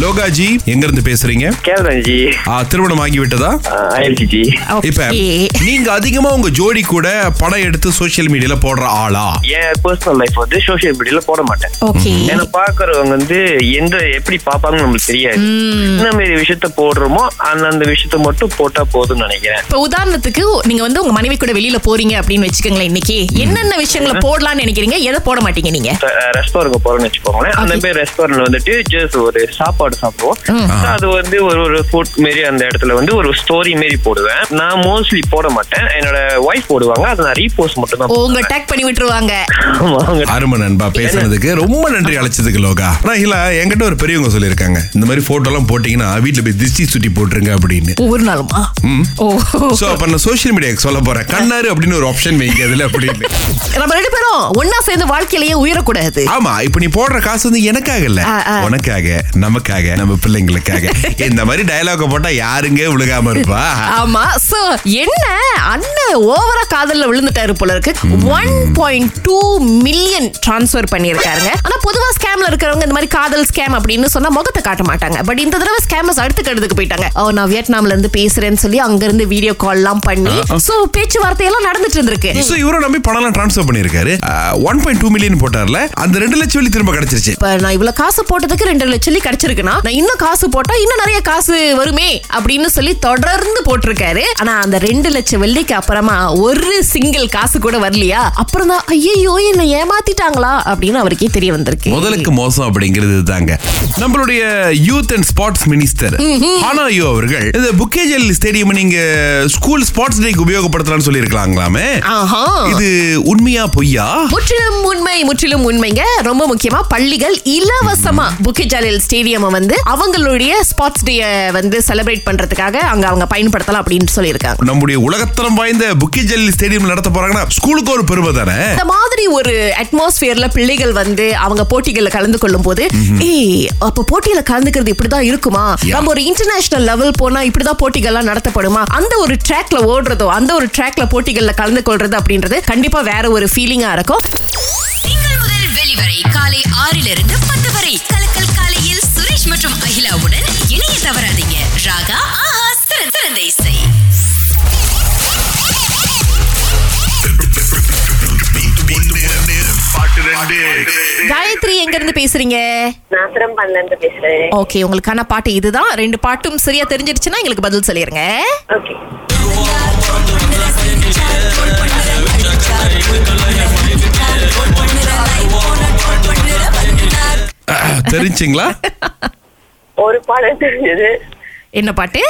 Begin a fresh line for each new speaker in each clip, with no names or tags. லோகாஜி எங்க இருந்து பேசுறீங்க
கேவலம் ஜி
ஆ, திருமணம் ஆகிவிட்டதா
ஆஹ், ஆயிடுச்சு ஜி
இப்ப நீங்க அதிகமா உங்க ஜோடி கூட படம் எடுத்து சோஷியல் மீடியால போடுற ஆளா
என் பர்சனல் லைஃப் வந்து சோஷியல் மீடியால போட மாட்டேன்
ஓகே
ஏன்னா பாக்குறவங்க வந்து எந்த எப்படி பாப்பாங்கன்னு நம்மளுக்கு தெரியாது
Hmm.
என்ன மாதிரி விஷயத்த போடுறோமோ அந்த அந்த விஷயத்த மட்டும் போட்டா போதும்னு நினைக்கிறேன்
இப்ப உதாரணத்துக்கு நீங்க வந்து உங்க மனைவி கூட வெளியில போறீங்க அப்படின்னு வச்சுக்கோங்களேன் இன்னைக்கு என்னென்ன விஷயங்களை போடலாம்னு நினைக்கிறீங்க எதை போட மாட்டீங்க நீங்க
ரெஸ்டாரண்ட் போறோம்னு வச்சுக்கோங்களேன் அந்த
Okay. Hmm.
மாதிரி ரெஸ்டாரண்ட் வந்துட்டு ஜஸ்ட் ஒரு சாப்பாடு சாப்பிடுவோம் So,
Ah.
அது வந்து ஒரு ஒரு ஃபுட் மாரி அந்த இடத்துல வந்து ஒரு ஸ்டோரி மாரி போடுவேன் நான் மோஸ்ட்லி போட மாட்டேன் என்னோட ஒய்ஃப் போடுவாங்க அதை நான் ரீபோஸ்ட் மட்டும் தான்
உங்க டேக் பண்ணி விட்டுருவாங்க
அவங்க
அருமை நண்பா பேசுனதுக்கு ரொம்ப நன்றி அழைச்சதுக்கு லோகா ஆனா இல்ல என்கிட்ட ஒரு பெரியவங்க சொல்லியிருக்காங்க இந்த மாதிரி போட்டோ எல்லாம் போட்டீங்கன்னா வீட்டுல போய் திருஷ்டி சுட்டி போட்டுருங்க அப்படின்னு
ஒவ்வொரு நாளுமா ஓ
சோ அப்ப நான் சோஷியல் மீடியாக்கு சொல்ல போறேன் கண்ணாரு அப்படின்னு ஒரு ஆப்ஷன் வைங்க அதுல அப்படின்னு
நம்ம ரெண்டு பேரும் ஒன்னா சேர்ந்து வாழ்க்கையிலேயே உயரக்கூடாது
ஆமா இப்ப நீ போடுற காசு வந்து எனக்காக இல்ல
ஆ, ஆ.
உனக்காக நமக்காக நம்ம பிள்ளைங்களுக்காக இந்த மாதிரி டயலாக போட்டா யாருங்க விழுகாம இருப்பா
ஆமா சோ என்ன அண்ணன் ஓவரா காதல்ல விழுந்துட்டாரு போல இருக்கு one point two million transfer பண்ணியிருக்காருங்க ஆனா பொதுவா ஸ்கேம்ல இருக்கிறவங்க இந்த மாதிரி காதல் ஸ்கேம் அப்படின்னு சொன்னா முகத்தை காட்ட மாட்டாங்க பட் இந்த தடவை ஸ்கேமர்ஸ் அடுத்த கடுத்துக்கு போயிட்டாங்க ஓ நான் வியட்நாம்ல இருந்து பேசுறேன்னு சொல்லி அங்க இருந்து வீடியோ கால் எல்லாம் பண்ணி சோ பேச்சுவார்த்தை எல்லாம் நடந்துட்டு இருந்திருக்கு
சோ இவரும் நம்பி பணம் எல்லாம் டிரான்ஸ்ஃபர் பண்ணிருக்காரு ஒன் பாயிண்ட் டூ மில்லியன் போட்டார்ல அந்த ரெண்டு லட்சம் வெள்ளி திரும்ப கிடைச்சிருச்சு
இப்ப நான் இவ்வளவு காசு போட்டதுக்கு ரெண்டு லட்சம் வெள்ளி கிடைச்சிருக்குன்னா நான் இன்னும் காசு போட்டா இன்னும் நிறைய காசு வருமே அப்படின்னு சொல்லி தொடர்ந்து போட்டிருக்காரு ஆனா அந்த ரெண்டு லட்சம் வெள்ளிக்கு அப்புறமா ஒரு சிங்கிள் காசு கூட வரலையா அப்புறம் தான் ஐயோ என்ன ஏமாத்திட்டாங்களா அப்படின்னு அவருக்கே தெரிய வந்திருக்கு
முதலுக்கு மோசம் அப்படிங்கிறது தாங்க நம்மளுடைய யூத் அண்ட் ஸ்போர்ட்ஸ் மினிஸ்டர் ஆனா ஐயோ அவர்கள் இந்த புக்கேஜல் ஸ்டேடியம் நீங்க ஸ்கூல் ஸ்போர்ட்ஸ் டேக்கு உபயோகப்படுத்தலாம்னு சொல்லியிருக்கலாங்களாமே
ஆஹா
இது உண்மையா பொய்யா
முற்றிலும் உண்மை முற்றிலும் உண்மைங்க ரொம்ப முக்கியமா பள்ளிகள் இலவசமா புக்கிஜாலில் ஸ்டேடியம் வந்து அவங்களுடைய ஸ்போர்ட்ஸ் டே வந்து செலிப்ரேட் பண்றதுக்காக அங்க அவங்க பயன்படுத்தலாம் அப்படின்னு சொல்லியிருக்காங்க
நம்முடைய உலகத்தரம் வாய்ந்த புக்கேஜல் ஸ்டேடியம் நடத்த போறாங்கன்னா ஸ்கூலுக்கு ஒரு பெருமை தானே
இந்த மாதிரி ஒரு அட்மாஸ்பியர்ல பிள்ளைகள் வந்து அவங்க போட்டிகள்ல கலந்து கொள்ளும் போது ஏய் அப்ப போட்டியில கலந்துக்கிறது இப்படிதான் இருக்குமா
Yeah.
நம்ம ஒரு இன்டர்நேஷனல் லெவல் போனா இப்படிதான் போட்டிகள்லாம் நடத்தப்படுமா அந்த ஒரு ட்ராக்ல ஓடுறதோ அந்த ஒரு ட்ராக்ல போட்டிகள்ல கலந்து கொள்றது அப்படின்றது கண்டிப்பா வேற ஒரு ஃபீலிங்கா இருக்கும்
திங்கள் முதல் வெளிவரை காலை ஆறிலிருந்து பத்து வரை கலக்கல் காலையில் சுரேஷ் மற்றும் அகிலாவுடன் இணைய தவறாதீங்க ராகா ஆஹா சிறந்த சிறந்த இசை
காயத்ரி எங்க இருந்து பேசுறீங்க
நான் சிரம்பான்ல இருந்து பேசுறேன்
ஓகே உங்களுக்கான பாட்டு இதுதான் ரெண்டு பாட்டும் சரியா தெரிஞ்சிருச்சுன்னா எங்களுக்கு பதில் சொல்லிருங்க
ஓகே
அஹ், தெரிஞ்சுங்களா
ஒரு பாடம் தெரிஞ்சது
என்ன பாட்டு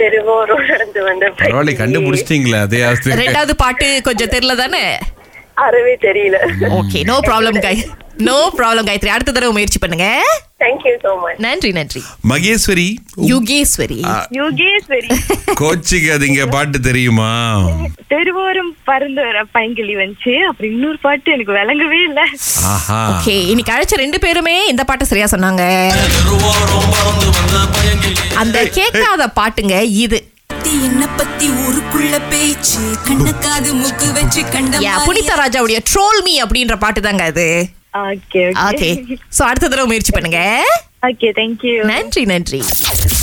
தெருவோரம் நடந்து வந்த பைக்கு.
பரவாயில்ல கண்டுபிடிச்சிட்டீங்களா அதே ஆஸ்தி
ரெண்டாவது பாட்டு கொஞ்சம் தெரியல தானே
அறவே தெரியல
ஓகே நோ ப்ராப்ளம் காய் நோ ப்ராப்ளம் காயத்ரி அடுத்த தடவை முயற்சி பண்ணுங்க
தேங்க்யூ சோ மச்
நன்றி நன்றி
மகேஸ்வரி
யுகேஸ்வரி
யுகேஸ்வரி
கோச்சிக்காதீங்க பாட்டு தெரியுமா
தெருவோரம் பறந்து வர பைங்கிளி வந்துச்சு அப்புறம் இன்னொரு பாட்டு எனக்கு விளங்கவே இல்ல
ஆஹா
ஓகே இன்னைக்கு அழைச்ச ரெண்டு பேருமே இந்த பாட்டு சரியா சொன்னாங்க அந்த கேட்காத பாட்டுங்க இது
என்ன பத்தி ஊருக்குள்ள பேச்சு கண்ணுக்காது முக்கு வச்சு கண்ட
Yeah, புனிதா ராஜாவுடைய ட்ரோல் மீ அப்படின்ற பாட்டு தாங்க அது
ஓகே
ஓகே சோ அடுத்த தடவை முயற்சி பண்ணுங்க
ஓகே தேங்க்யூ
நன்றி நன்றி